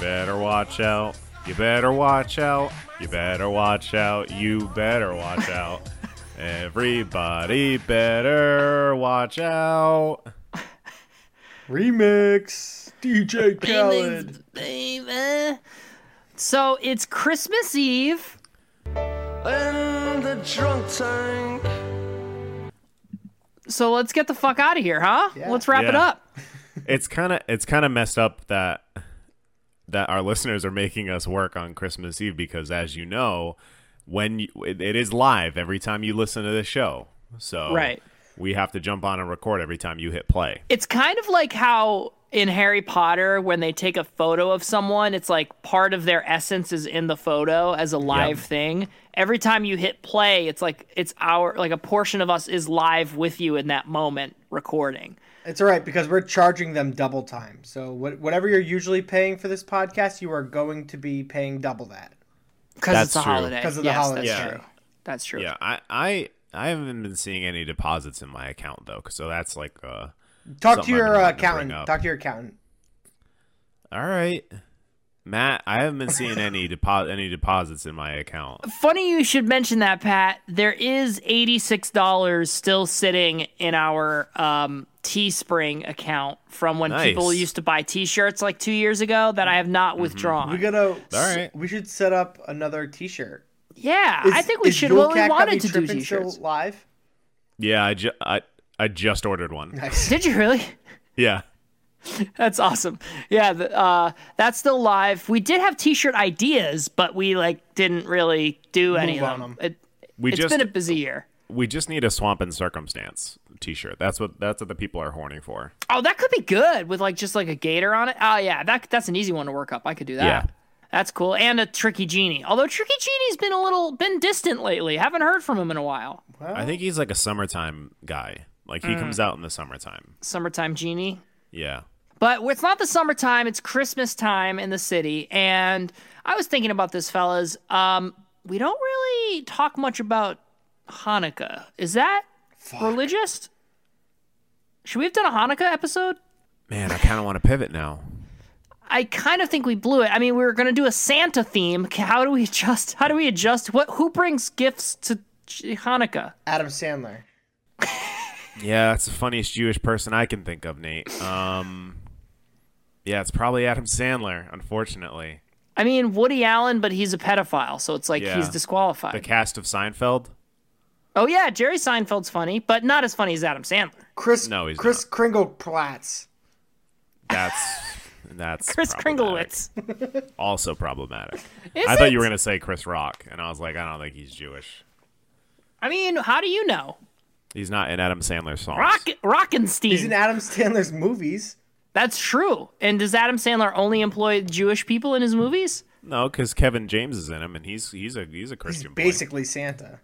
Better watch out. You better watch out. You better watch out. You better watch out. Everybody better watch out. Remix. DJ Khaled. Baby. So it's Christmas Eve. In the drunk tank. So let's get the fuck out of here, huh? Let's wrap it Yeah. up. It's kind of it's kind of messed up that that our listeners are making us work on Christmas Eve because as you know, when you, it, it is live every time you listen to this show. So Right. we have to jump on and record every time you hit play. It's kind of like how in Harry Potter, when they take a photo of someone, it's like part of their essence is in the photo as a live thing. Every time you hit play, it's like it's our like a portion of us is live with you in that moment recording. It's all right because we're charging them double time. So what, whatever you're usually paying for this podcast, you are going to be paying double that. Because it's That's a true. holiday. 'Cause of the Yes, holiday. That's Yeah. true. That's true. Yeah, I, I I haven't been seeing any deposits in my account though, so that's like, uh, Talk Something to I've your been uh, wanting to bring accountant. up. Talk to your accountant. all right, Matt, I haven't been seeing any deposit any deposits in my account. Funny you should mention that, Pat. There is $86 still sitting in our um, Teespring account from when Nice. Mm-hmm. people used to buy t shirts like two years ago that I have not withdrawn. We gotta. All right. We should set up another T-shirt. yeah, I Is- think we is should. Yule Well, we Cat Got Me wanted to do Trippin' t shirts. Still live. Yeah, I ju- I I just ordered one. Nice. Did you really? Yeah, That's awesome. Yeah, the, uh, that's still live. We did have t shirt ideas, but we like didn't really do any Move of on them. 'em. It, we has just been a busy year. we just need a swamp and circumstance T-shirt. That's what that's what the people are horning for. Oh, that could be good with like just like a gator on it. Oh yeah, that that's an easy one to work up. I could do that. Yeah. That's cool. And a tricky genie. Although tricky genie's been a little been distant lately. Haven't heard from him in a while. I think he's like a summertime guy. Like Mm. he comes out in the summertime. Summertime genie. Yeah. But it's not the summertime, it's Christmas time in the city. And I was thinking about this, fellas. Um, we don't really talk much about Hanukkah. Is that religious? Should we have done a Hanukkah episode? Man, I kind of want to pivot now. I kind of think we blew it. I mean, we were going to do a Santa theme. How do we adjust? How do we adjust? What? Who brings gifts to Hanukkah? Adam Sandler. Yeah, that's the funniest Jewish person I can think of, Nate. Um, yeah, it's probably Adam Sandler, unfortunately. I mean, Woody Allen, but he's a pedophile, so it's like Yeah. he's disqualified. The cast of Seinfeld. oh yeah, Jerry Seinfeld's funny, but not as funny as Adam Sandler. Chris. No, he's Chris Kringle Platts. That's that's Chris problematic. Kringlewitz. Also problematic. Is I thought you it? were gonna say Chris Rock, and I was like, I don't think he's Jewish. I mean, how do you know? He's not in Adam Sandler's songs. Rock He's in Rockenstein. Adam Sandler's movies. That's true. And does Adam Sandler only employ Jewish people in his movies? No, because Kevin James is in him, and he's he's a he's a Christian. boy. Basically Santa.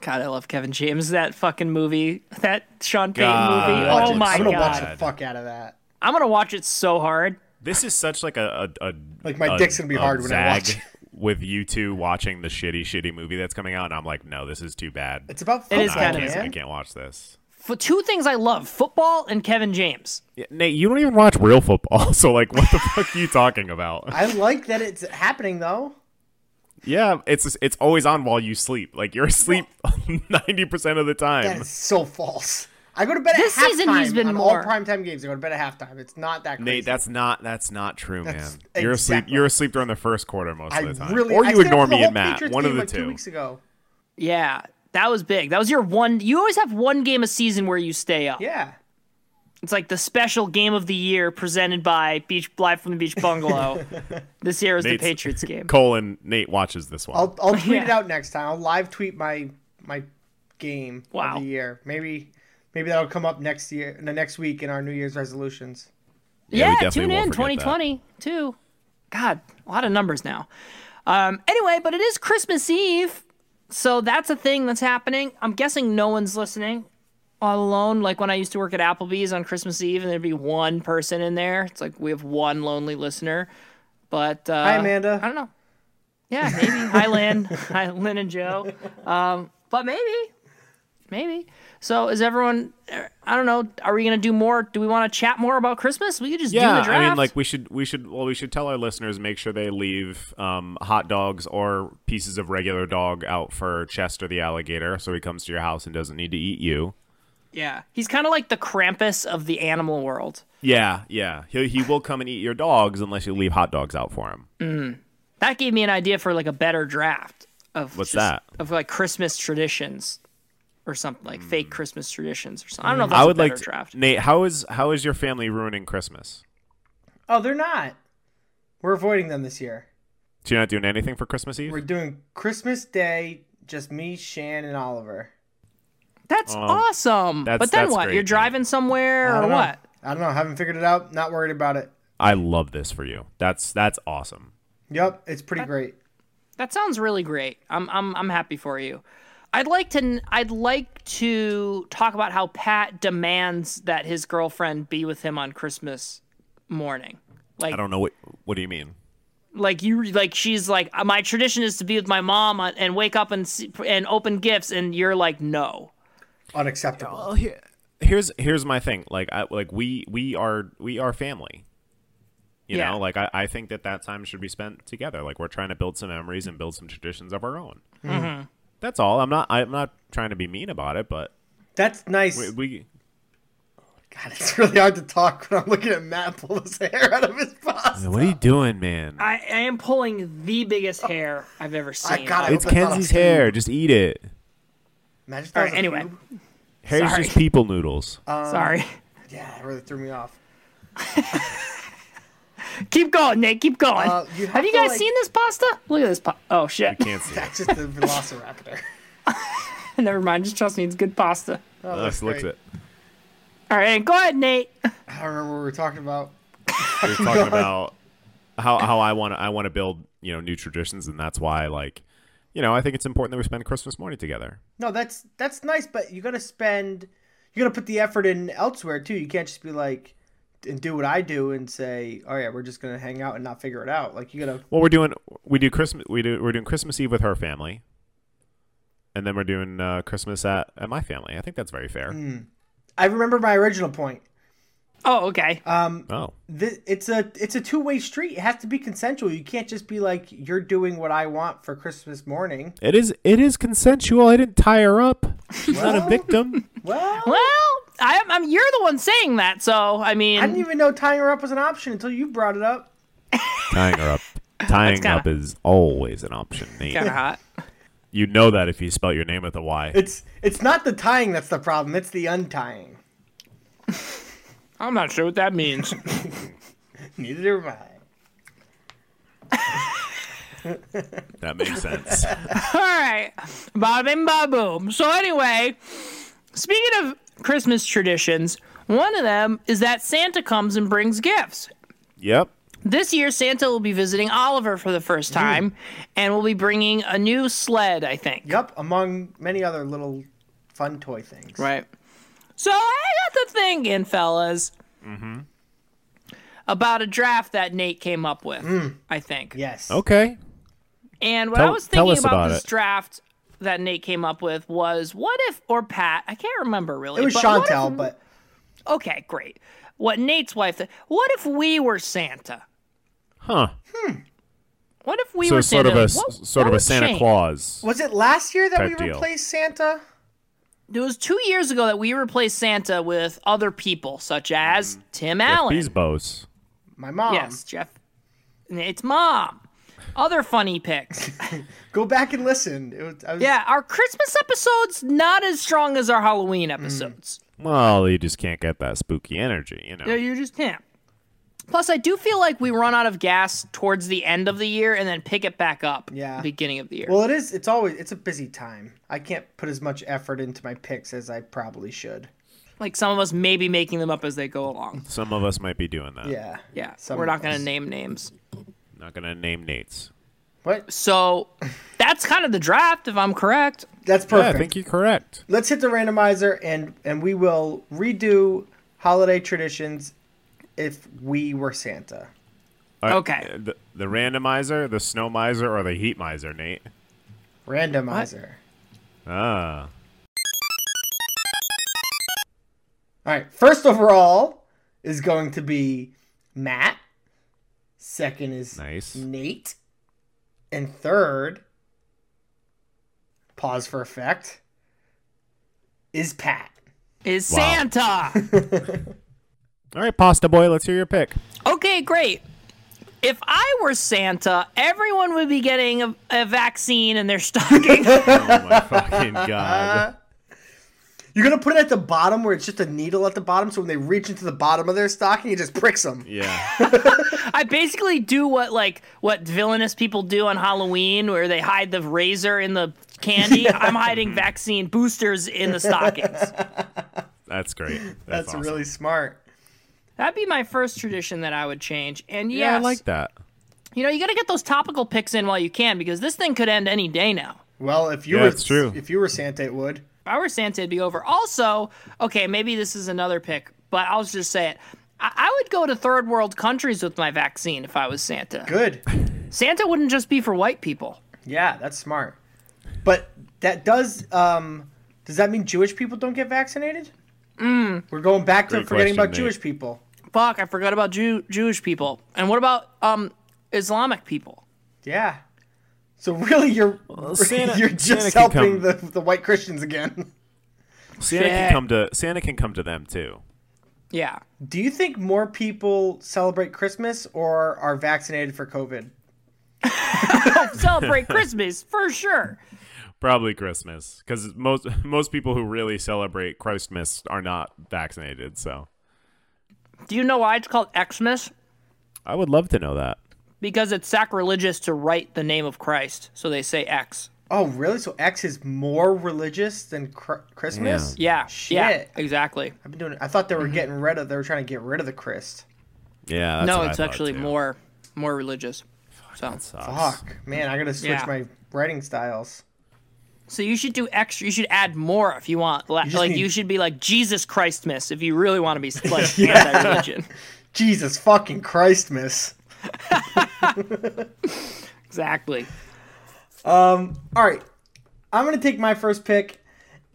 God, I love Kevin James. That fucking movie, that Sean Payton God, movie. that Oh looks my I'm so gonna god, watch the God. fuck out of that. I'm gonna watch it so hard. This is such like a, a, a Like, my a- dick's gonna be a hard when I watch zag it. With you two watching the shitty, shitty movie that's coming out, and I'm like, no, this is too bad. It's about It football, is Nah, kind I, of can't, I man. can't watch this. For two things I love: football and Kevin James. Yeah, Nate, you don't even watch real football, so like, what the fuck are you talking about? I like that it's happening though. Yeah, it's it's always on while you sleep. Like you're asleep ninety percent of the That time. is so false. I go to bed This at halftime season he's been on more. all primetime games. I go to bed at halftime. It's not that crazy. Nate, that's not that's not true, That's man. You're asleep. exactly- You're asleep during the first quarter most I of the time, really. or I you stayed up ignore for the me whole and Matt. Patriots One of game, the like, Two two. weeks ago. Yeah, that was big. That was your one. You always have one game a season where you stay up. Yeah. It's like the special game of the year presented by Beach Live from the Beach Bungalow. this year was Nate's- the Patriots game. Colin Nate watches this one. I'll I'll tweet it Yeah. out next time. I'll live tweet my my game Wow. of the year. Maybe maybe that'll come up next year, no, next week in our New Year's resolutions. Yeah, we Yeah, definitely tune won't in forget that. 2020 too. God, a lot of numbers now. Um, anyway, but it is Christmas Eve, so that's a thing that's happening. I'm guessing no one's listening all alone. Like when I used to work at Applebee's on Christmas Eve, and there'd be one person in there. It's like we have one lonely listener. But uh, Hi Amanda. I don't know. Yeah, maybe. Hi, Lynn. Hi, Lynn and Joe. Um, but maybe, maybe. So is everyone? er, I don't know. Are we gonna do more? Do we want to chat more about Christmas? We could just do yeah, the draft. I mean, like we should, we should, well, we should tell our listeners make sure they leave um, hot dogs or pieces of regular dog out for Chester the alligator, so he comes to your house and doesn't need to eat you. yeah, he's kind of like the Krampus of the animal world. Yeah, yeah, he he will come and eat your dogs unless you leave hot dogs out for him. That gave me an idea for like a better draft of What's just- that? of like Christmas traditions or something like fake Christmas traditions or something. I don't know if that's Hmm. I would a better like to, Oh, draft. Nate. How is how is your family ruining Christmas? Oh, they're not. We're avoiding them this year. So you're not doing anything for Christmas Eve? We're doing Christmas Day, just me, Shan, and Oliver. That's awesome. that's- but then that's what? great, You're man. driving somewhere I or don't know. what? I don't know. Haven't figured it out. Not worried about it. I love this for you. That's that's awesome. Yep, it's pretty great. That sounds really great. I'm I'm I'm happy for you. I'd like to I'd like to talk about how Pat demands that his girlfriend be with him on Christmas morning. Like I don't know what what do you mean? like you like she's like my tradition is to be with my mom on- and wake up and see, and open gifts and you're like no. Unacceptable. Well, here, here's here's my thing. Like I like we we are we are family. You Yeah. know, like I, I think that that time should be spent together. Like we're trying to build some memories and build some traditions of our own. Mm-hmm. That's all. I'm not I'm not trying to be mean about it, but That's nice. we, we God, it's really hard to talk when I'm looking at Matt pull his hair out of his boss. what are you doing, man? I, I am pulling the biggest hair I've ever seen. got it. it's Kenzie's hair. Just eat it. Imagine if that All was right, a anyway, pube. Hair's Sorry. Um, just people noodles. Um, sorry. Yeah, that really threw me off. Keep going, Nate. Keep going. Uh, you have, have you to, guys like- seen this pasta? Look at this. Pa- oh shit! Can't see. It. That's just the velociraptor. Never mind. Just trust me. It's good pasta. Oh, Ugh, that's looks great. it. All right, go ahead, Nate. I don't remember what we were talking about. We're talking about how how I want to I want to build you know new traditions, and that's why like you know I think it's important that we spend Christmas morning together. No, that's that's nice, but you gotta spend, you gotta put the effort in elsewhere too. You can't just be like, and do what I do and say, oh yeah, we're just gonna hang out and not figure it out. Like you gotta. Well, we're doing we do Christmas we do we're doing Christmas Eve with her family, and then we're doing uh, Christmas at, at my family. I think that's very fair. I remember my original point. Oh, okay. Oh, Th it's a it's a two way street. It has to be consensual. You can't just be like, you're doing what I want for Christmas morning. it is it is consensual. I didn't tie her up. She's not Well- a victim. Well, well, I, I'm you're the one saying that, so I mean, I didn't even know tying her up was an option until you brought it up. tying her up. Tying kinda- up is always an option. Nate. kind of hot. You know that if you spell your name with a Y. It's it's not the tying that's the problem. It's the untying. I'm not sure what that means. Neither am I. That makes sense. All right, bada bing, bada boom. So anyway, speaking of Christmas traditions, one of them is that Santa comes and brings gifts. yep. This year, Santa will be visiting Oliver for the first time, and will be bringing a new sled, I think. Yep, among many other little fun toy things. Right. So I got the thinking, fellas, Mm-hmm. about a draft that Nate came up with, Mm. I think. Yes. Okay. And what I Tell- was tell thinking us about, about this it. draft that Nate came up with was what if, or Pat, I can't remember really. It was but what Chantel, if- but okay, great. What Nate's wife, th- what if we were Santa? Huh. What if we so were sort Santa? of a What- sort what of a would Santa change? Claus. was it last year that we Type deal. replaced Santa? It was two years ago that we replaced Santa with other people, such as Mm-hmm. Tim Allen. These bows. My mom. Yes, Jeff. It's mom. Other funny picks. Go back and listen. It was, I was, Mm. Yeah, our Christmas episode's not as strong as our Halloween episodes. Well, you just can't get that spooky energy, you know. Yeah, you just can't. Plus, I do feel like we run out of gas towards the end of the year and then pick it back up. Yeah. the beginning of the year. Well, it is. It's always it's a busy time. I can't put as much effort into my picks as I probably should. like some of us may be making them up as they go along. Some of us might be doing that. Yeah. Yeah, Some we're of not going us. to name names. Not gonna name Nate's. What? So that's kind of the draft, if I'm correct. That's Yeah, I perfect. think you're correct. Let's hit the randomizer and and we will redo holiday traditions if we were Santa. All right, Okay. uh, The, the randomizer, the snow miser, or the heat miser, Nate. Randomizer. Ah. All right. First overall is going to be Matt. Second is Nice. Nate. And third, pause for effect, is Pat. Is Wow. Santa. All right, Pasta Boy, let's hear your pick. Okay, great. If I were Santa, everyone would be getting a, a vaccine in their stocking. Oh my fucking god. You're going to put it at the bottom where it's just a needle at the bottom. So when they reach into the bottom of their stocking, it just pricks them. Yeah. I basically do what like what villainous people do on Halloween, where they hide the razor in the candy. I'm hiding vaccine boosters in the stockings. That's great. That's, That's awesome. really smart. That'd be my first tradition that I would change. And yes, Yeah, I like that. you know, you got to get those topical picks in while you can because this thing could end any day now. Well, if you Yeah, were it's true. if you were Santa, it would. If I were Santa, it'd be over. Also, okay, maybe this is another pick, but I'll just say it. I, I would go to third world countries with my vaccine if I was Santa. Good. Santa wouldn't just be for white people. Yeah, that's smart. But that does um does that mean Jewish people don't get vaccinated? We're going back to Great forgetting about question, Nate. Jewish people. Fuck, I forgot about Jew- Jewish people. And what about um Islamic people? Yeah. So really you're Santa- you're just Santa can helping come. the, the white Christians again. Santa Shit. can come to Santa can come to them too. Yeah. Do you think more people celebrate Christmas or are vaccinated for COVID? Celebrate Christmas for sure. Probably Christmas, because most most people who really celebrate Christmas are not vaccinated. So Do you know why it's called Xmas? I would love to know that. Because it's sacrilegious to write the name of Christ, so they say X. Oh, really? So X is more religious than cr- Christmas? Yeah. Mm-hmm. Yeah. Shit. Exactly. I've been doing it. I thought they were getting rid of. They were trying to get rid of the Christ. Yeah, that's no, what I it's thought, actually too. more more religious. So Sucks. Fuck, man! I gotta switch Yeah. my writing styles. so you should do extra. You should add more if you want. Like just like, need- you should be like Jesus Christmas if you really want to be like anti-religion. Jesus fucking Christmas. Exactly. All right. I'm going to take my first pick,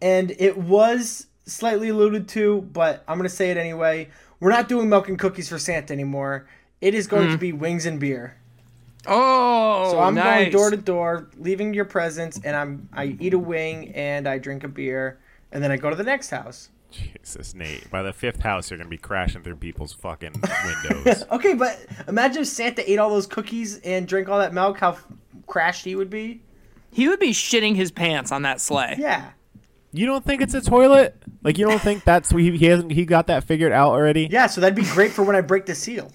and it was slightly alluded to, but I'm going to say it anyway. We're not doing milk and cookies for Santa anymore. It is going Mm-hmm. to be wings and beer. Oh, So I'm nice. going door to door, leaving your presents, and I'm I eat a wing and I drink a beer, and then I go to the next house. Jesus, Nate. By the fifth house, you're gonna be crashing through people's fucking windows. Okay, but imagine if Santa ate all those cookies and drank all that milk, how f- crashed he would be. He would be shitting his pants on that sleigh. Yeah. you don't think it's a toilet? Like you don't think that's he, he hasn't he got that figured out already? Yeah, so that'd be great for when I break the seal.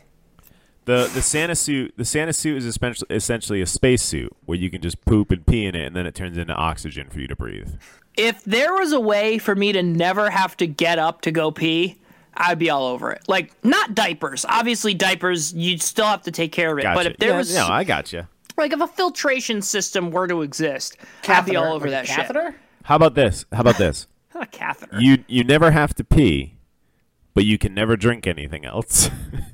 The the Santa suit the Santa suit is essentially essentially a space suit where you can just poop and pee in it and then it turns into oxygen for you to breathe. If there was a way for me to never have to get up to go pee, I'd be all over it. Like not diapers. Obviously, diapers you'd still have to take care of it. Gotcha. But if there Yeah, was no, I gotcha. like if a filtration system were to exist, I'd be Catheter, all over like that a shit. catheter? How about this? How about this? Not a catheter. You you never have to pee, but you can never drink anything else.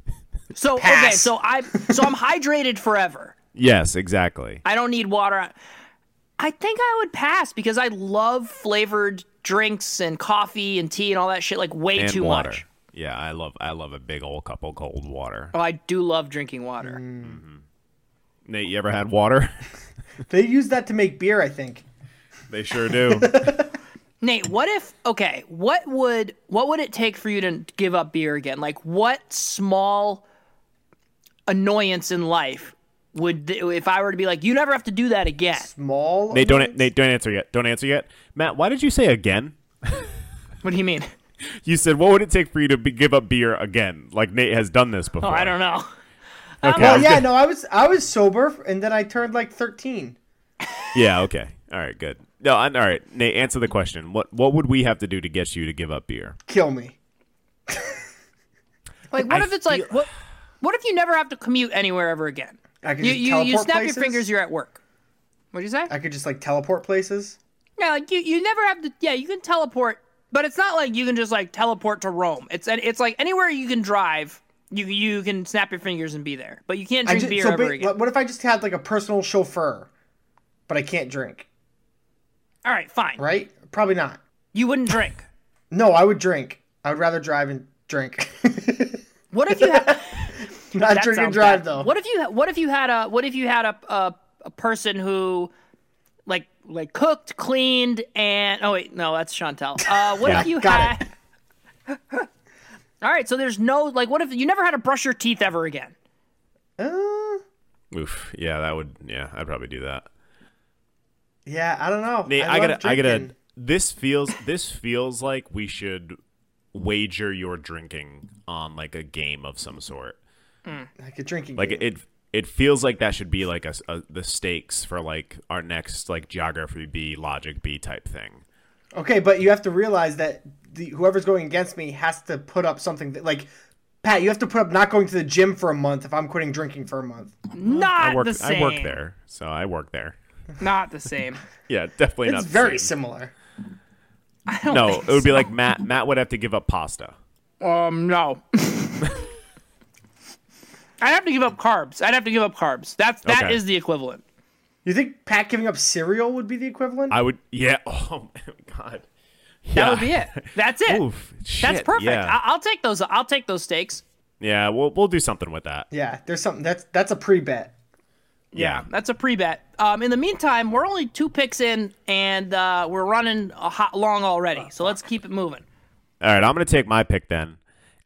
so okay, Pass. so I so I'm hydrated forever. yes, exactly. I don't need water. I think I would pass because I love flavored drinks and coffee and tea and all that shit like way And too water. much. Yeah, I love I love a big old cup of cold water. Oh, I do love drinking water. Nate, you ever had water? They use that to make beer, I think. they sure do. Nate, what if okay, what would what would it take for you to give up beer again? Like what small annoyance in life would th- if I were to be like you never have to do that again? Small. Nate, don't amounts? Nate, don't answer yet. Don't answer yet. Matt, why did you say again? What do you mean? You said, "What would it take for you to be, give up beer again?" Like Nate has done this before. Oh, I don't know. Okay. Well, Oh, yeah, no, I was I was sober, and then I turned like thirteen. Yeah. Okay. All right. Good. No. I, all right. Nate, answer the question. What What would we have to do to get you to give up beer? Kill me. Like, what I if it's like what? What if you never have to commute anywhere ever again? I could You just you, teleport you snap places. your fingers, you're at work. What'd you say? I could just like teleport places. Yeah, like you, you never have to. Yeah, you can teleport, but it's not like you can just like teleport to Rome. It's it's like anywhere you can drive, you you can snap your fingers and be there. But you can't I drink ju- beer so ever ba- again. what if I just had like a personal chauffeur, but I can't drink? All right, fine. Right? Probably not. You wouldn't drink. No, I would drink. I would rather drive and drink. What if you had? not that drink and sounds drive bad. though. What if you what if you had a what if you had a a, a person who like like cooked, cleaned, and oh wait, no, that's Chantel. Uh, what Yeah, if you got had? All right, so there's no like, what if you never had to brush your teeth ever again? Uh, Oof. Yeah. That would. Yeah. I'd probably do that. yeah, I don't know. Nate, I, love gotta, I gotta. drinking. This feels, this feels like we should wager your drinking on like a game of some sort. Like a drinking. Like game. it, it feels like that should be like a, s- a- the stakes for like our next like geography B, logic B type thing. Okay, but you have to realize that the, whoever's going against me has to put up something that, like, Pat, you have to put up not going to the gym for a month if I'm quitting drinking for a month. Not Mm-hmm. I work, the same. I work there, so I work there. Not the same. Yeah, definitely It's not. the very same. similar. I don't No, think it would be like Matt. Matt would have to give up pasta. so. um no. I'd have to give up carbs. I'd have to give up carbs. That's that is Okay. the equivalent. You think Pat giving up cereal would be the equivalent? I would. Yeah. Oh my god. That would be it. That's it. Oof. Shit, That's perfect. Yeah. I- I'll take those. I'll take those steaks. yeah. We'll we'll do something with that. yeah, there's something that's that's a pre bet. Yeah. That's a pre bet. Um, in the meantime, we're only two picks in, and uh, we're running a hot long already. So let's keep it moving. All right, I'm going to take my pick then.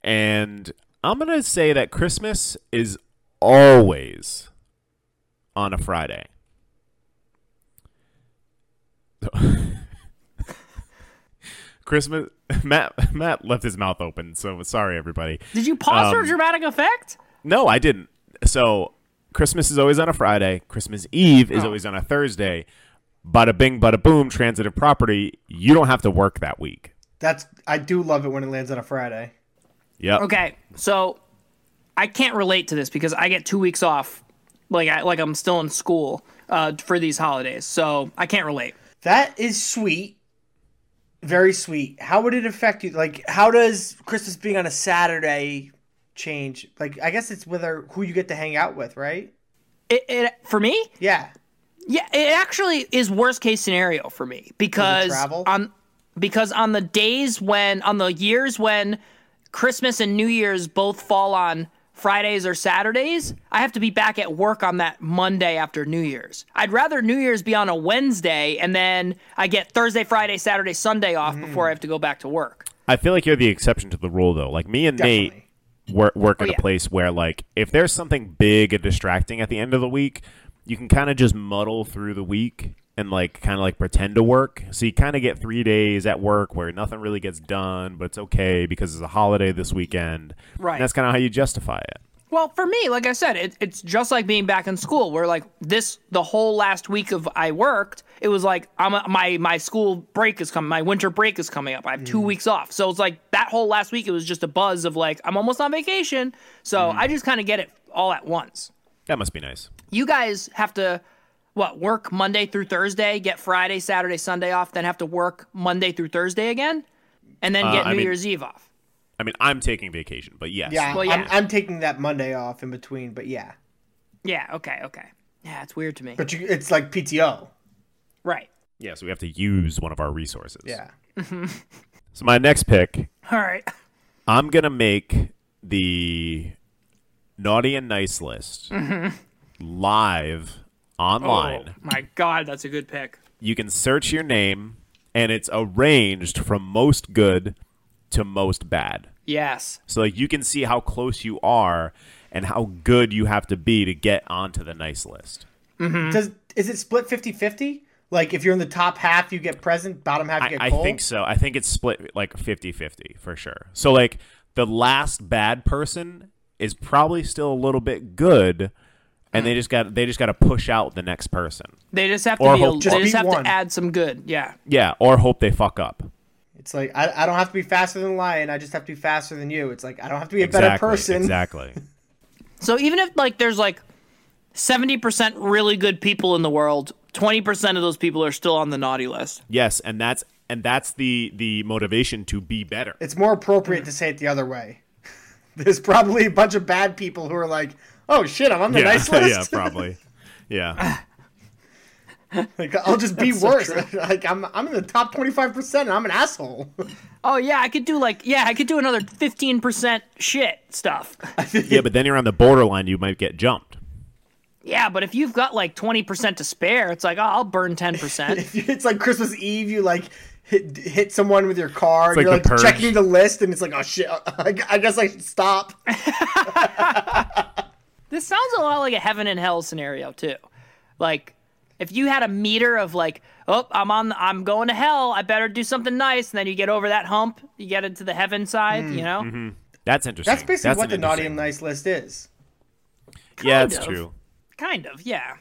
And I'm going to say that Christmas is always on a Friday. Christmas Matt Matt left his mouth open, so sorry everybody. Did you pause for Um, dramatic effect? No, I didn't. So Christmas is always on a Friday. Christmas Eve is always on a Thursday. Bada bing, bada boom, transitive property. You don't have to work that week. That's I do love it when it lands on a Friday. Yep. Okay, so I can't relate to this because I get two weeks off, like I like I'm still in school uh, for these holidays, so I can't relate. That is sweet. Very sweet. How would it affect you? Like, how does Christmas being on a Saturday change? Like, I guess it's whether who you get to hang out with, right? It, it for me, Yeah. Yeah, it actually is worst case scenario for me because travel? on because on the days when on the years when Christmas and New Year's both fall on Fridays or Saturdays, I have to be back at work on that Monday after New Year's. I'd rather New Year's be on a Wednesday and then I get Thursday, Friday, Saturday, Sunday off before I have to go back to work. I feel like you're the exception to the rule, though. Like me and Definitely. Oh, Nate work, work at yeah. a place where, like, if there's something big and distracting at the end of the week, you can kind of just muddle through the week and like kind of like pretend to work. So you kind of get three days at work where nothing really gets done, but it's okay because it's a holiday this weekend. Right. And that's kind of how you justify it. Well, for me, like I said, it, it's just like being back in school, where like this, the whole last week of I worked, it was like I'm a, my my school break is coming, my winter break is coming up. I have two Mm. weeks off, so it's like that whole last week, it was just a buzz of like I'm almost on vacation. So Mm. I just kind of get it all at once. That must be nice. You guys have to what work Monday through Thursday, get Friday, Saturday, Sunday off, then have to work Monday through Thursday again, and then get Uh, I New mean- Year's Eve off. I mean, I'm taking vacation, but yes. Yeah. Well, I'm, yeah. I'm taking that Monday off in between, but yeah. Yeah. Okay. Okay. Yeah, it's weird to me. But you, it's like PTO. Right. Yeah, so we have to use one of our resources. Yeah. So my next pick All right. I'm gonna make the naughty and nice list live online. Oh, my God, that's a good pick. You can search your name, and it's arranged from most good to most bad. Yes. So like you can see how close you are and how good you have to be to get onto the nice list. Does is it split 50-50? Like if you're in the top half, you get present. Bottom half, you I, get I cold. think so. I think it's split like 50-50 for sure. So like the last bad person is probably still a little bit good, and they just got they just got to push out the next person. They just have to Or be. hope- A, Just they just beat have one. to add some good. Yeah. Yeah, or hope they fuck up. It's like I, I don't have to be faster than the lion. I just have to be faster than you. It's like I don't have to be a Exactly, better person. Exactly. So even if like there's like seventy percent really good people in the world, twenty percent of those people are still on the naughty list. yes, and that's and that's the the motivation to be better. It's more appropriate to say it the other way. There's probably a bunch of bad people who are like, "Oh shit, I'm on the yeah, nice list. Ah. yeah, probably. Yeah. like, I'll just be worse. like I'm I'm in the top 25 percent. and I'm an asshole." Oh yeah, I could do like yeah, I could do another fifteen percent shit stuff. yeah, but then you're on the borderline, you might get jumped. Yeah, but if you've got like twenty percent to spare, it's like oh, I'll burn ten percent. it's like Christmas Eve. You like hit, hit someone with your car. and like you're the like purge. checking the list, and it's like, "Oh shit, I, I guess I should stop." This sounds a lot like a heaven and hell scenario too. Like if you had a meter of like, oh, I'm on, I'm going to hell. I better do something nice, and then you get over that hump, you get into the heaven side. You know, That's interesting. That's basically an what the naughty interesting- and nice list is. Yeah, Kind that's of. true. kind of, yeah.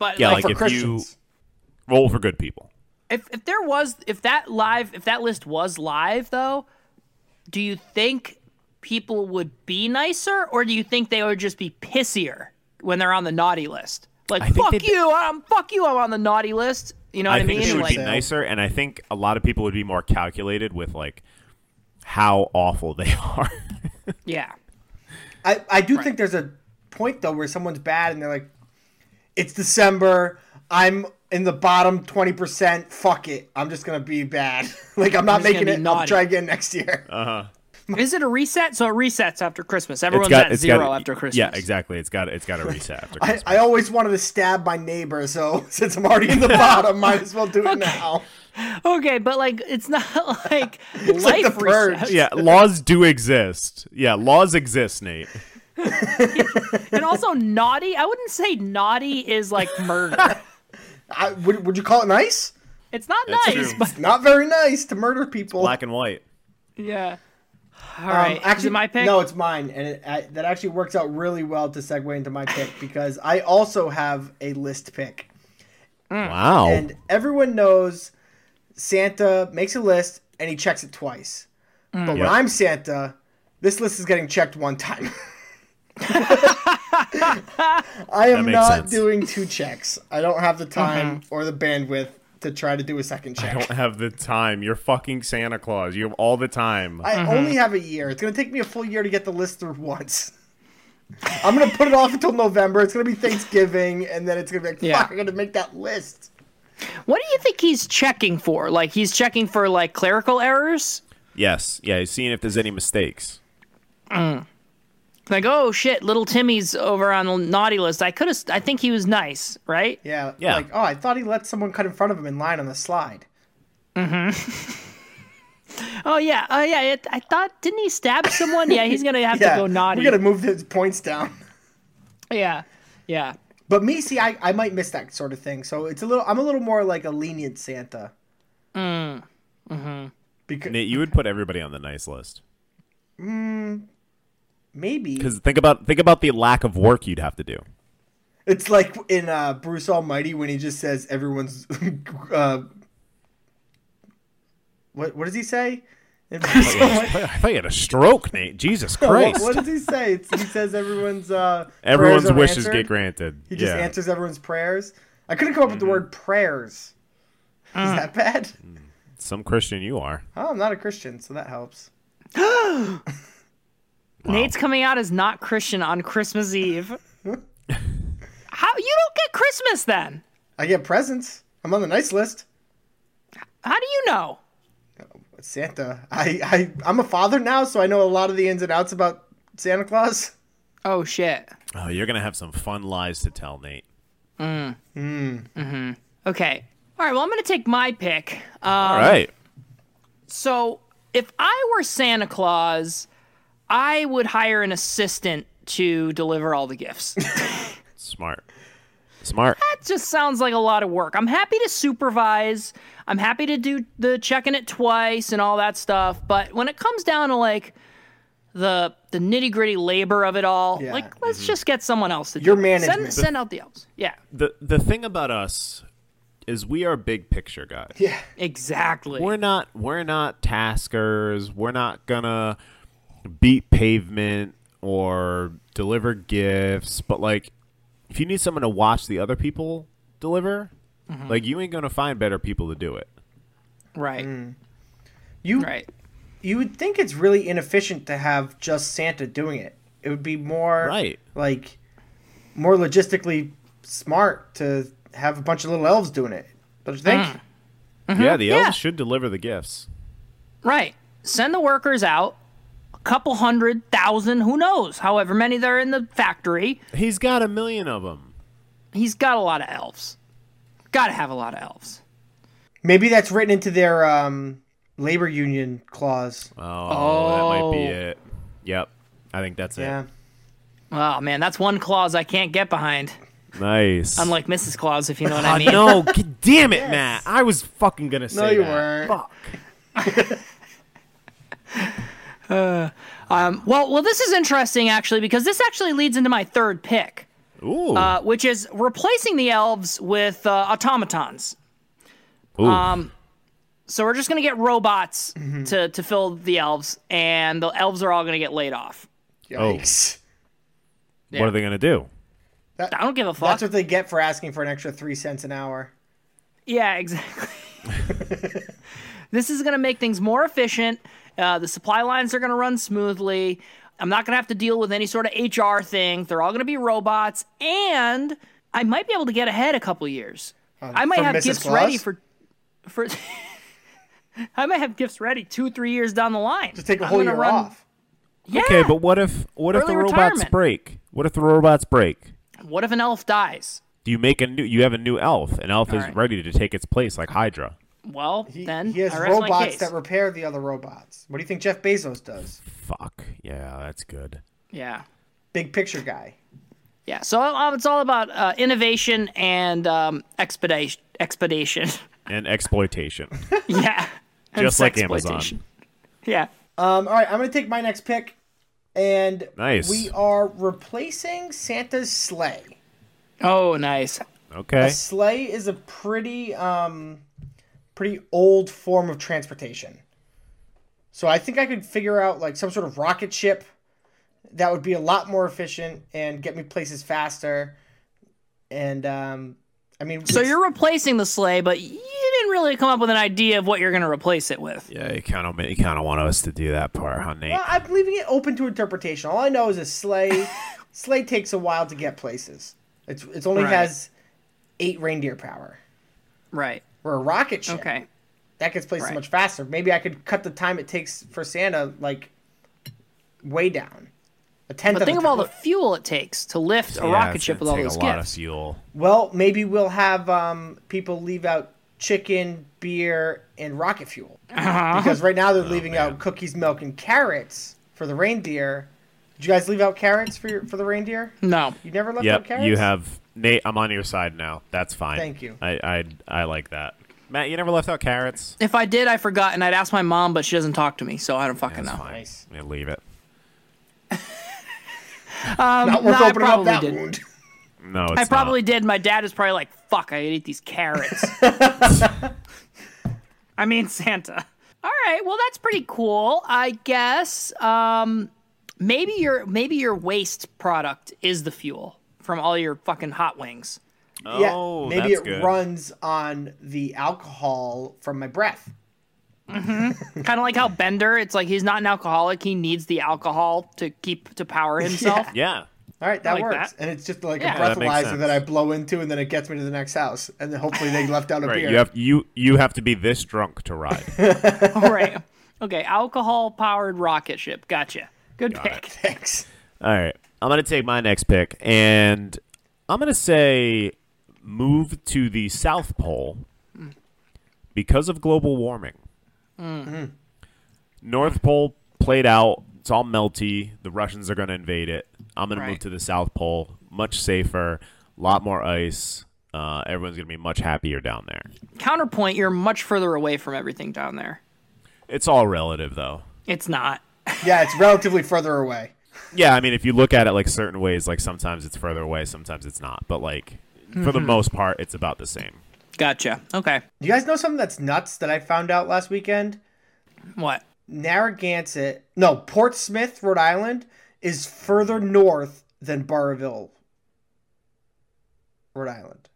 But Yeah, like, like, for if Christians. you roll for good people. if if there was if that live if that list was live though, do you think people would be nicer or do you think they would just be pissier when they're on the naughty list? Like I think fuck they'd be- you, I'm fuck you, I'm on the naughty list. You know what I, I think mean? they would Like be So- nicer, and I think a lot of people would be more calculated with like how awful they are. yeah. I, I do think there's a point though where someone's bad and they're like, it's December. I'm in the bottom twenty percent. Fuck it. I'm just gonna be bad. like I'm not just gonna making be it. I'll naughty. Oh, try again next year. Is it a reset? So it resets after Christmas. Everyone's at it's zero got- after Christmas. Yeah, exactly. It's got it's got a reset after I, Christmas. I always wanted to stab my neighbor, so since I'm already in the bottom, might as well do it now. Okay, but like it's not like life like the purge. reset. yeah, laws do exist. Yeah, laws exist, Nate. And also naughty, I wouldn't say naughty is like murder. I, would, would you call it nice? It's not That's nice, true. but Not very nice to murder people. Black and white. yeah. All Um, right. actually, is it my pick? No, it's mine, and it, I, that actually works out really well to segue into my pick because I also have a list pick. Mm. Wow. And everyone knows Santa makes a list and he checks it twice. But when Mm. Yep. I'm Santa, this list is getting checked one time. I am makes not sense. Uh-huh. doing two checks. I don't have the time or the bandwidth to try to do a second I check. don't have the time. You're fucking Santa Claus. You have all the time. I only have a year. It's gonna take me a full year to get the list through once. I'm gonna put it off until November. It's gonna be Thanksgiving, and then it's gonna be like, Yeah. fuck, I'm gonna make that list. What do you think he's checking for? Like he's checking for like clerical errors? yes. Yeah, he's seeing if there's any mistakes. Like, oh shit, little Timmy's over on the naughty list. I could have I think he was nice, right? Yeah, Yeah. Like, oh, I thought he let someone cut in front of him in line on the slide. Oh yeah. Oh yeah, it, I thought didn't he stab someone? Yeah, he's going to have Yeah, to go naughty. we gotta move his points down. Yeah. Yeah. But me, see, I, I might miss that sort of thing. So it's a little. I'm a little more like a lenient Santa. Mm. mm-hmm. Because Nate, you would put everybody on the nice list. maybe Because think about think about the lack of work you'd have to do. It's like in uh, Bruce Almighty when he just says everyone's. Uh, what what does he say? In Bruce I Almighty- thought- I thought you had a stroke, Nate. Jesus what, Christ. what does he say? It's, he says everyone's. Uh, Everyone's prayers are wishes answered. get granted. He just yeah. Mm-hmm. answers everyone's prayers. I couldn't come up with the word prayers. Is Mm. that bad? Mm. Some Christian you are. Oh, I'm not a Christian, so that helps. Nate's coming out as not Christian on Christmas Eve. How you don't get Christmas then? I get presents. I'm on the nice list. How do you know? Santa. I, I I'm a father now, so I know a lot of the ins and outs about Santa Claus. Oh shit. Oh, you're gonna have some fun lies to tell, Nate. Okay. All right, well I'm going to take my pick. Um, All right. So if I were Santa Claus, I would hire an assistant to deliver all the gifts. Smart. Smart. that just sounds like a lot of work. I'm happy to supervise. I'm happy to do the checking it twice and all that stuff. But when it comes down to like the the nitty gritty labor of it all, Yeah. like let's just get someone else to do Your it. management. Send, send out the elves. Yeah, The the thing about us is we are big picture guys. Yeah. exactly. We're not we're not taskers. We're not gonna beat pavement or deliver gifts. But like, if you need someone to watch the other people deliver, Mm-hmm. like you ain't gonna find better people to do it. right, Mm. You right. you would think it's really inefficient to have just Santa doing it. It would be more Right. like more logistically smart to have a bunch of little elves doing it. Don't you think? Mm. Mm-hmm. Yeah, the Yeah. elves should deliver the gifts. Right. Send the workers out, a couple hundred thousand, who knows, however many there are in the factory. He's got a million of them. He's got a lot of elves. Got to have a lot of elves. Maybe that's written into their um, labor union clause. Oh, that might be Oh. it. Yep, I think that's yeah. Oh man, that's one clause I can't get behind. it. Nice. Unlike Mrs. Claus, if you know what Uh, I mean. no, g- damn it, Matt. I was fucking gonna say you that. weren't. Fuck. Um, Well, well, this is interesting actually because this actually leads into my third pick, Ooh. uh, which is replacing the elves with uh, automatons. Ooh. um, So we're just gonna get robots to to fill the elves, and the elves are all gonna get laid off. Yikes. yeah. What are they gonna do? I don't give a fuck. That's what they get for asking for an extra three cents an hour. Yeah, exactly. this is going to make things more efficient. Uh, the supply lines are going to run smoothly. I'm not going to have to deal with any sort of HR thing. They're all going to be robots, and I might be able to get ahead a couple years. I might Uh, from have Mrs. gifts Claus? ready for for. I might have gifts ready two, three years down the line. Just take a I'm whole gonna year run- off. Yeah. Okay, but what if what if Early the robots retirement. break? What if the robots break? what if an elf dies? Do you make a new? You have a new elf, and elf is Alright. ready to take its place, like Hydra. Well, He, then he has I rest my robots case. that repair the other robots. What do you think Jeff Bezos does? Fuck. Yeah, that's good. yeah. Big picture guy. Yeah, so uh, it's all about uh, innovation and um, expedition. Expedition. And exploitation, yeah. And just like sexploitation. Amazon. Yeah. Um, all right, I'm going to take my next pick. And Nice. we are replacing Santa's sleigh. Oh, nice. Okay. A sleigh is a pretty um pretty old form of transportation. So I think I could figure out like some sort of rocket ship that would be a lot more efficient and get me places faster. And um I mean So it's- you're replacing the sleigh, but you didn't really come up with an idea of what you're going to replace it with. Yeah, you kind of you kind of want us to do that part, huh, Nate? Well, I'm leaving it open to interpretation. All I know is a sleigh sleigh takes a while to get places. It's it's only Right. has 8 reindeer power. Right. Or a rocket ship. Okay. that gets placed so Right. much faster. Maybe I could cut the time it takes for Santa like way down. A tenth But of think the of all the time. fuel it takes to lift a Yeah, rocket it's ship with gonna all take those a lot of gifts. fuel. Well, maybe we'll have um, people leave out chicken, beer, and rocket fuel Uh-huh. because right now they're Oh, leaving out cookies, milk, and carrots for the reindeer. Did you guys leave out carrots for your, for the reindeer? No. You never left out Yep, carrots. you have Nate. I'm on your side now. That's fine. Thank you. I I, I like that. Matt, you never left out carrots. If I did, I forgot, and I'd ask my mom, but she doesn't talk to me, so I don't fucking That's know. fine. Nice. Yeah, leave it. not worth no, I opening up that probably did. wound. No, it's I not. probably did. My dad was probably like, fuck, I ate these carrots. I mean, Santa. All right, well, that's pretty cool, I guess. Um, maybe your maybe your waste product is the fuel from all your fucking hot wings. yeah, Oh, maybe that's it good. runs on the alcohol from my breath. kind of like how Bender, it's like he's not an alcoholic; he needs the alcohol to keep to power himself. Yeah. All right, that like works. that. And it's just like Yeah. a Yeah, that makes breathalyzer that, sense. I blow into, and then it gets me to the next house. And then hopefully they left out a Right. beer. You have you you have to be this drunk to ride. All right, okay, alcohol powered rocket ship. Gotcha. Good pick. Thanks. All right. I'm going to take my next pick and I'm going to say move to the South Pole because of global warming. North Pole played out. It's all melty. The Russians are going to invade it. I'm going to move Right. to the South Pole, much safer. lot more ice. Uh, everyone's gonna be much happier down there. Counterpoint, you're much further away from everything down there. It's all relative, though. It's not. Yeah, it's relatively further away. Yeah, I mean, if you look at it like certain ways, like sometimes it's further away, sometimes it's not. But like for the most part, it's about the same. Gotcha. Okay. You guys know something that's nuts that I found out last weekend? What? Narragansett, no, Portsmouth, Rhode Island, is further north than Barreville, Rhode Island.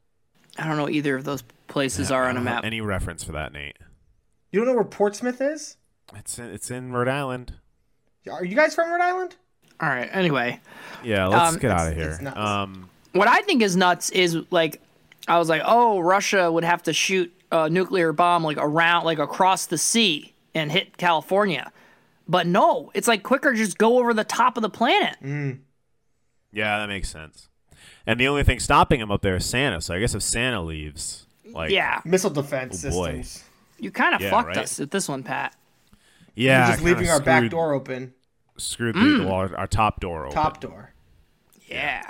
I don't know what either of those places are I on a don't have map. Any reference for that, Nate? You don't know where Portsmouth is? It's in, it's in Rhode Island. Are you guys from Rhode Island? All right. Anyway, Yeah, let's Um, get out of here. it's nuts. Um, what I think is nuts is like I was like, oh, Russia would have to shoot a nuclear bomb like around like across the sea and hit California. But no, it's like quicker just go over the top of the planet. Mm. yeah, that makes sense. And the only thing stopping him up there is Santa. So I guess if Santa leaves, like yeah. Missile defense Oh, boy. systems. You kind of Yeah, fucked right. us at this one, Pat. yeah, Just kinda leaving our back screwed- door open, screwed the- Mm. the wall, our top door open. top door. Yeah.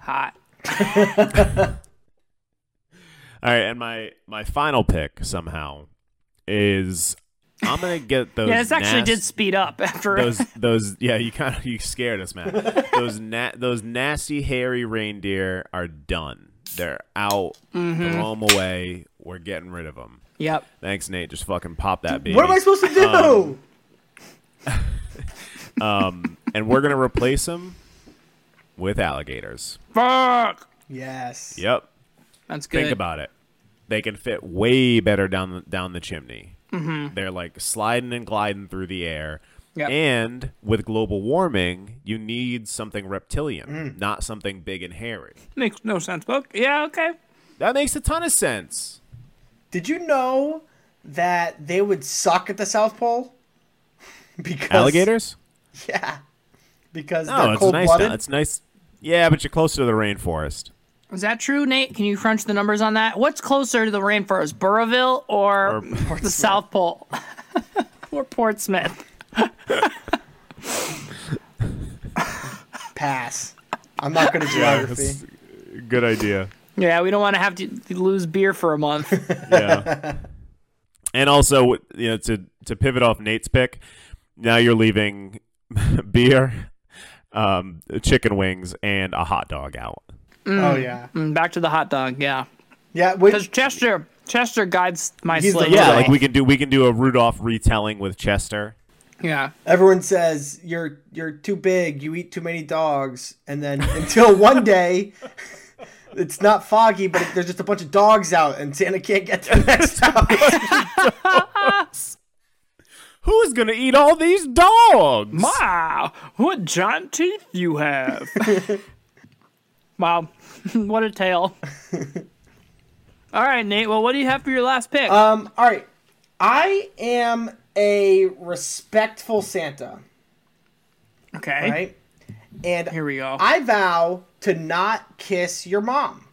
Hot. All right, and my my final pick somehow is I'm gonna get those. Yeah, this actually did nas- speed up after those those yeah you kind of you scared us man those na- those nasty hairy reindeer are done they're out Mm-hmm. throw them away we're getting rid of them Yep. thanks nate just fucking pop that baby What am I supposed to do? Um, and we're gonna replace them with alligators Fuck. yes. yep That's good. think about it they can fit way better down the, down the chimney mm-hmm. they're like sliding and gliding through the air Yep. And with global warming, you need something reptilian, Mm. not something big and hairy. Makes no sense, but yeah, okay. That makes a ton of sense. Did you know that they would suck at the South Pole? Because Alligators? Yeah. Because No, they're Oh, it's cold nice. blooded. It's nice. Yeah, but you're closer to the rainforest. Is that true, Nate? Can you crunch the numbers on that? What's closer to the rainforest, Burrillville or, Or the South Pole? or Portsmouth? Pass. I'm not good at geography. good idea. Yeah, we don't want to have to lose beer for a month. Yeah. and also, you know, to to pivot off Nate's pick, now you're leaving beer, um, chicken wings, and a hot dog out. oh yeah. Mm, Back to the hot dog, yeah. Yeah, Because which Chester, Chester guides my He's the sleigh. Yeah, Yeah. like we can do we can do a Rudolph retelling with Chester. yeah. everyone says you're you're too big, you eat too many dogs, and then until one day it's not foggy, but there's just a bunch of dogs out and Santa can't get to the next house. Who's gonna eat all these dogs? Wow, what giant teeth you have. wow, what a tale. All right, Nate. Well, what do you have for your last pick? Um, all right. I am a respectful Santa, okay. right? And Here we go. I vow to not kiss your mom.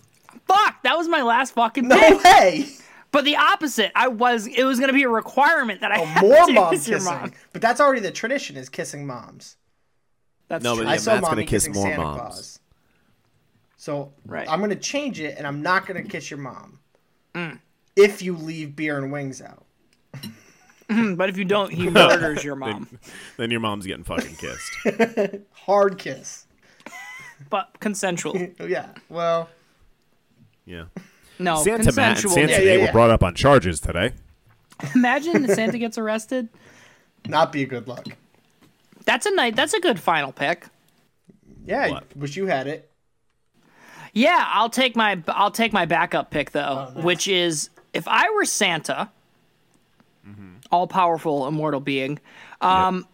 Fuck, that was my last fucking No pick. way. But the opposite, I was. It was gonna be a requirement that I had Oh, More to mom kiss kissing. your mom. But that's already the tradition is kissing moms. That's No, true. but Yeah, I saw Matt's mommy gonna kiss kissing more Santa moms. Claus. So Right. I'm gonna change it, and I'm not gonna kiss your mom. Mm. If you leave beer and wings out, but if you don't, he murders your mom. Then your mom's getting fucking kissed. hard kiss. Oh, but consensual. Yeah. Well, Yeah. No, Santa Matt and consensual. Santa Yeah, Nate yeah, were yeah. brought up on charges today. Imagine if Santa gets arrested. not be a good luck. That's a night. That's a good final pick. Yeah. What? Wish you had it. Yeah, I'll take my I'll take my backup pick Oh, though, which is if I were Santa, Mm-hmm. all powerful immortal being, um,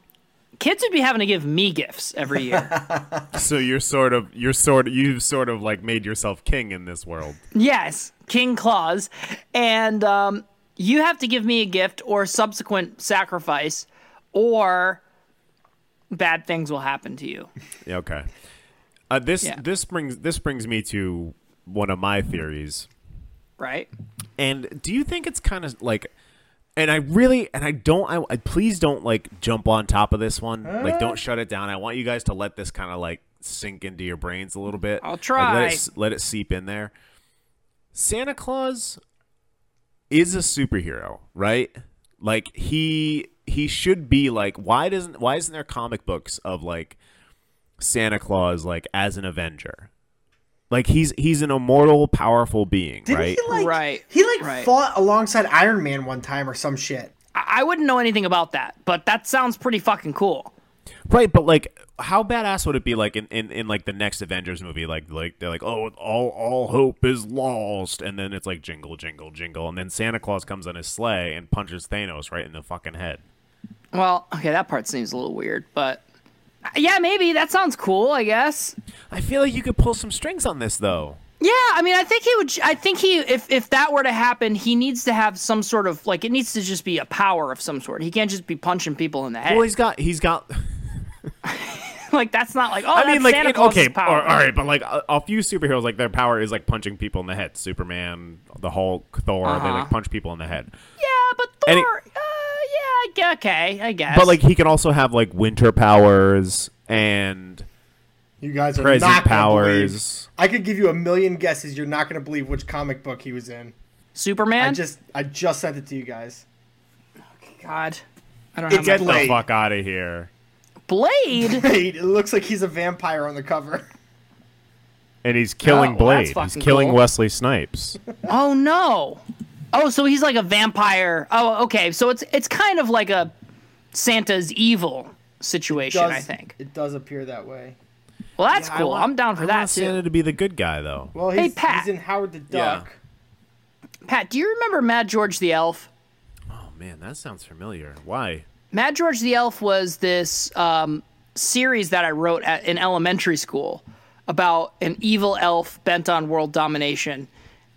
kids would be having to give me gifts every year. So you're sort of you're sort of you've sort of like made yourself king in this world. Yes, King Claus. And um, you have to give me a gift or subsequent sacrifice, or bad things will happen to you. Yeah, Okay. Uh, this Yeah. this brings this brings me to one of my theories. Right? And do you think it's kind of like and I really and I don't I, I please don't like jump on top of this one. Like don't shut it down. I want you guys to let this kind of like sink into your brains a little bit. I'll Like, try. let, it, s- let it seep in there. Santa Claus is a superhero, right? Like he he should be like why doesn't why isn't there comic books of like Santa Claus like as an Avenger? Like he's he's an immortal, powerful being, Didn't right? he like Right, he like right. fought alongside Iron Man one time or some shit? I-, I wouldn't know anything about that, but that sounds pretty fucking cool. Right, but like, how badass would it be like in, in, in like the next Avengers movie? Like, like they're like, oh, all all hope is lost, and then it's like jingle, jingle, jingle, and then Santa Claus comes on his sleigh and punches Thanos right in the fucking head. Well, okay, that part seems a little weird, but yeah, maybe that sounds cool. I guess. I feel like you could pull some strings on this though. Yeah, I mean, I think he would. I think he, if if that were to happen, he needs to have some sort of like it needs to just be a power of some sort. He can't just be punching people in the head. Well, he's got he's got. like that's not like oh, I mean, that's like Santa it- Claus' okay, power. all- all right, but like a, a few superheroes, like their power is like punching people in the head. Superman, the Hulk, Thor, they Uh-huh. like punch people in the head. Yeah, but Thor. And he- uh, yeah, I gue- okay, I guess. But like he can also have like winter powers and You guys are Present not gonna powers. believe- I could give you a million guesses. You're not going to believe which comic book he was in. Superman. I just I just sent it to you guys. God, I don't It's have my... a- get the Blade. fuck out of here. Blade. Wait, it looks like he's a vampire on the cover. and he's killing Oh, well, that's Blade. he's fucking killing cool. Wesley Snipes. oh no. Oh, so he's like a vampire. Oh, okay. So it's it's kind of like a Santa's evil situation. Does- I think. it does appear that way. Well, that's cool. want- I'm down for I that want too. Santa to be the good guy though. Well, Hey, he's, Pat. he's in Howard the Yeah. Duck. Pat, do you remember Mad George the Elf? Oh man, that sounds familiar. Why? Mad George the Elf was this um, series that I wrote at, in elementary school about an evil elf bent on world domination.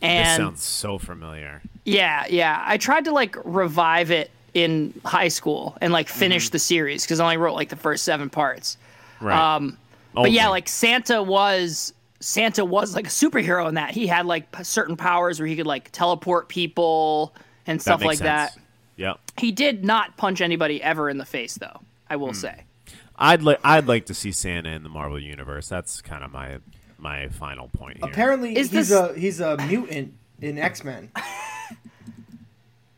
And This sounds so familiar. yeah, yeah, I tried to like revive it in high school and like finish Mm-hmm. the series because I only wrote like the first seven parts. Right. Oh, Um, Only. But yeah, like Santa was Santa was like a superhero in that he had like p- certain powers where he could like teleport people and That stuff makes like sense. that. Yep. He did not punch anybody ever in the face, though. I will Hmm. say. I'd like I'd like to see Santa in the Marvel universe. That's kind of my my final point here. Apparently, Is he's this- a he's a mutant in X Men.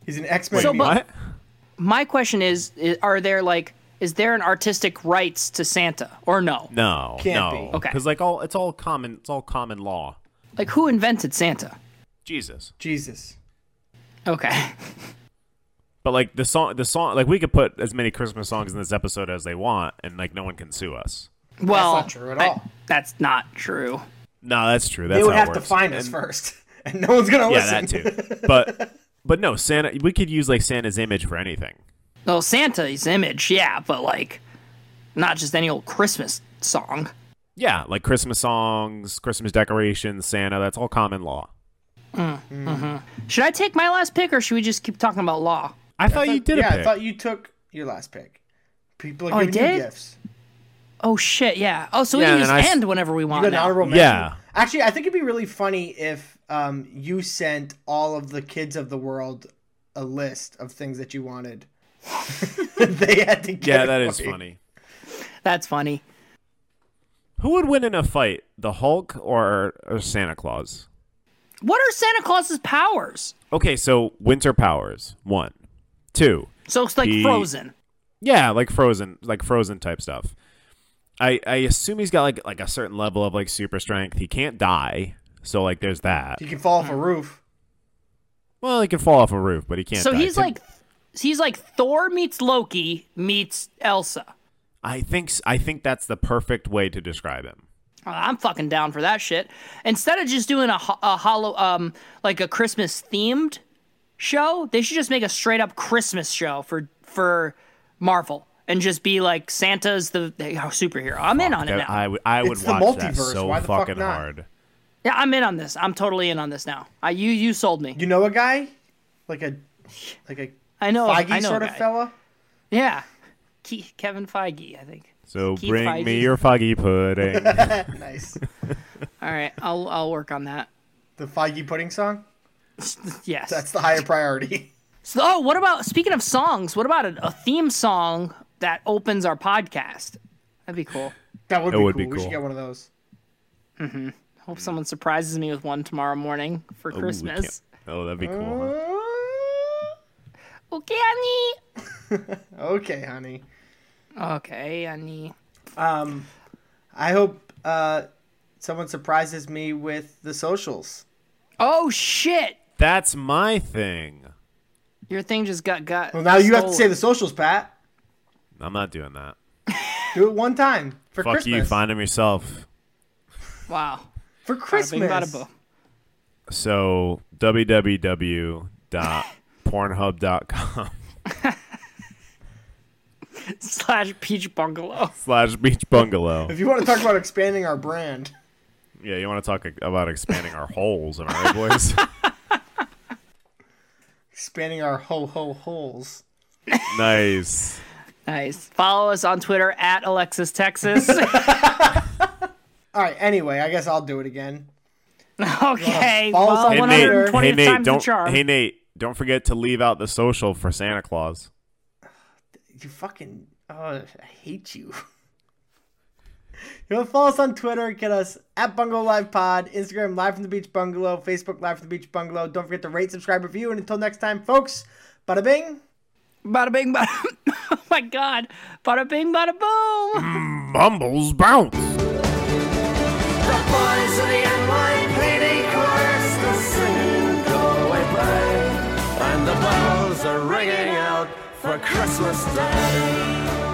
he's an X Men. Wait, So, but- what? My question is, i Are there like, is there an artistic rights to Santa or no? No, Can't no. be. Okay. Because like all it's all common it's all common law. Like, who invented Santa? Jesus. Jesus. Okay. But like the song the song like we could put as many Christmas songs in this episode as they want and like no one can sue us. Well, not true at I- all. that's not true. No, that's true. That's they would how it have to works. find us first, and no one's gonna Yeah, listen. that too. But but no, Santa. We could use like Santa's image for anything. Well, Santa's image, yeah, but like, not just any old Christmas song. Yeah, like Christmas songs, Christmas decorations, Santa. That's all common law. Should I take my last pick, or should we just keep talking about law? I thought you did yeah, a I pick. thought you took your last pick. People Oh, are I giving you did? gifts. Oh shit, yeah. Oh, so Yeah, we can and I just s- end whenever we want. You got an now. honorable mention. Yeah. Actually, I think it'd be really funny if um, you sent all of the kids of the world a list of things that you wanted. they had to get. yeah, it that for is you. funny. That's funny. Who would win in a fight, the Hulk or, or Santa Claus? What are Santa Claus's powers? Okay, so winter powers one, two. So it's like He- Frozen. Yeah, like Frozen, like Frozen type stuff. I I assume he's got like like a certain level of like super strength. He can't die, so like there's that. You can fall Hmm. off a roof. Well, he can fall off a roof, but he can't. So die. he's Tim- like, he's like Thor meets Loki meets Elsa. I think s- I think that's the perfect way to describe him. Uh, I'm fucking down for that shit. Instead of just doing a, ho- a hollow, um, like a Christmas themed show, they should just make a straight up Christmas show for for Marvel and just be like Santa's the, the superhero. I'm in on it now. That- I would I would It's the watch that multiverse, so why the fuck fucking not? hard. yeah, I'm in on this. I'm totally in on this now. I you you sold me. You know a guy, like a, like a Oh, I know. Feige I know. a sort guy. of fella. Yeah, Ke- Kevin Feige, I think. So Keith bring me Feige. your foggy pudding. nice. All right, I'll I'll work on that. The Feige pudding song. Yes. That's the higher priority. so, oh, what about speaking of songs? What about a, a theme song that opens our podcast? That'd be cool. That would It be would cool. be We should cool. get one of those. Hope someone surprises me with one tomorrow morning for Ooh, we Christmas. can't- Oh, that'd be cool. Huh? Okay, honey. Okay, honey. Okay, honey. Um, I hope uh, someone surprises me with the socials. Oh shit! That's my thing. Your thing just got got. Well, now you have to say stolen. the socials, Pat. I'm not doing that. Do it one time for Fuck Christmas. you. Find them yourself. Wow. for Bada bing, Christmas. bada boo. So www.pornhub.com Slash peach bungalow. slash beach bungalow. If you want to talk about expanding our brand, Yeah, you want to talk about expanding our holes, am I right, boys? expanding our ho ho holes. nice. Nice. Follow us on Twitter at Alexis Texas. All right. Anyway, I guess I'll do it again. okay. Follow us well, on Hey 120th Nate, hey Nate, time's the don't charm. hey Nate, don't forget to leave out the social for Santa Claus. You fucking. Oh, I hate you. You know, follow us on Twitter. Get us at Bungalow Live Pod, Instagram Live from the Beach Bungalow, Facebook Live from the Beach Bungalow. Don't forget to rate, subscribe, review, and until next time, folks. Bada bing. Bada bing, bada. oh my god. Bada bing, bada boom. Mumbles bounce. The boys of the NYPD chorus, the singing go away play, and the bells are ringing out for Christmas Day.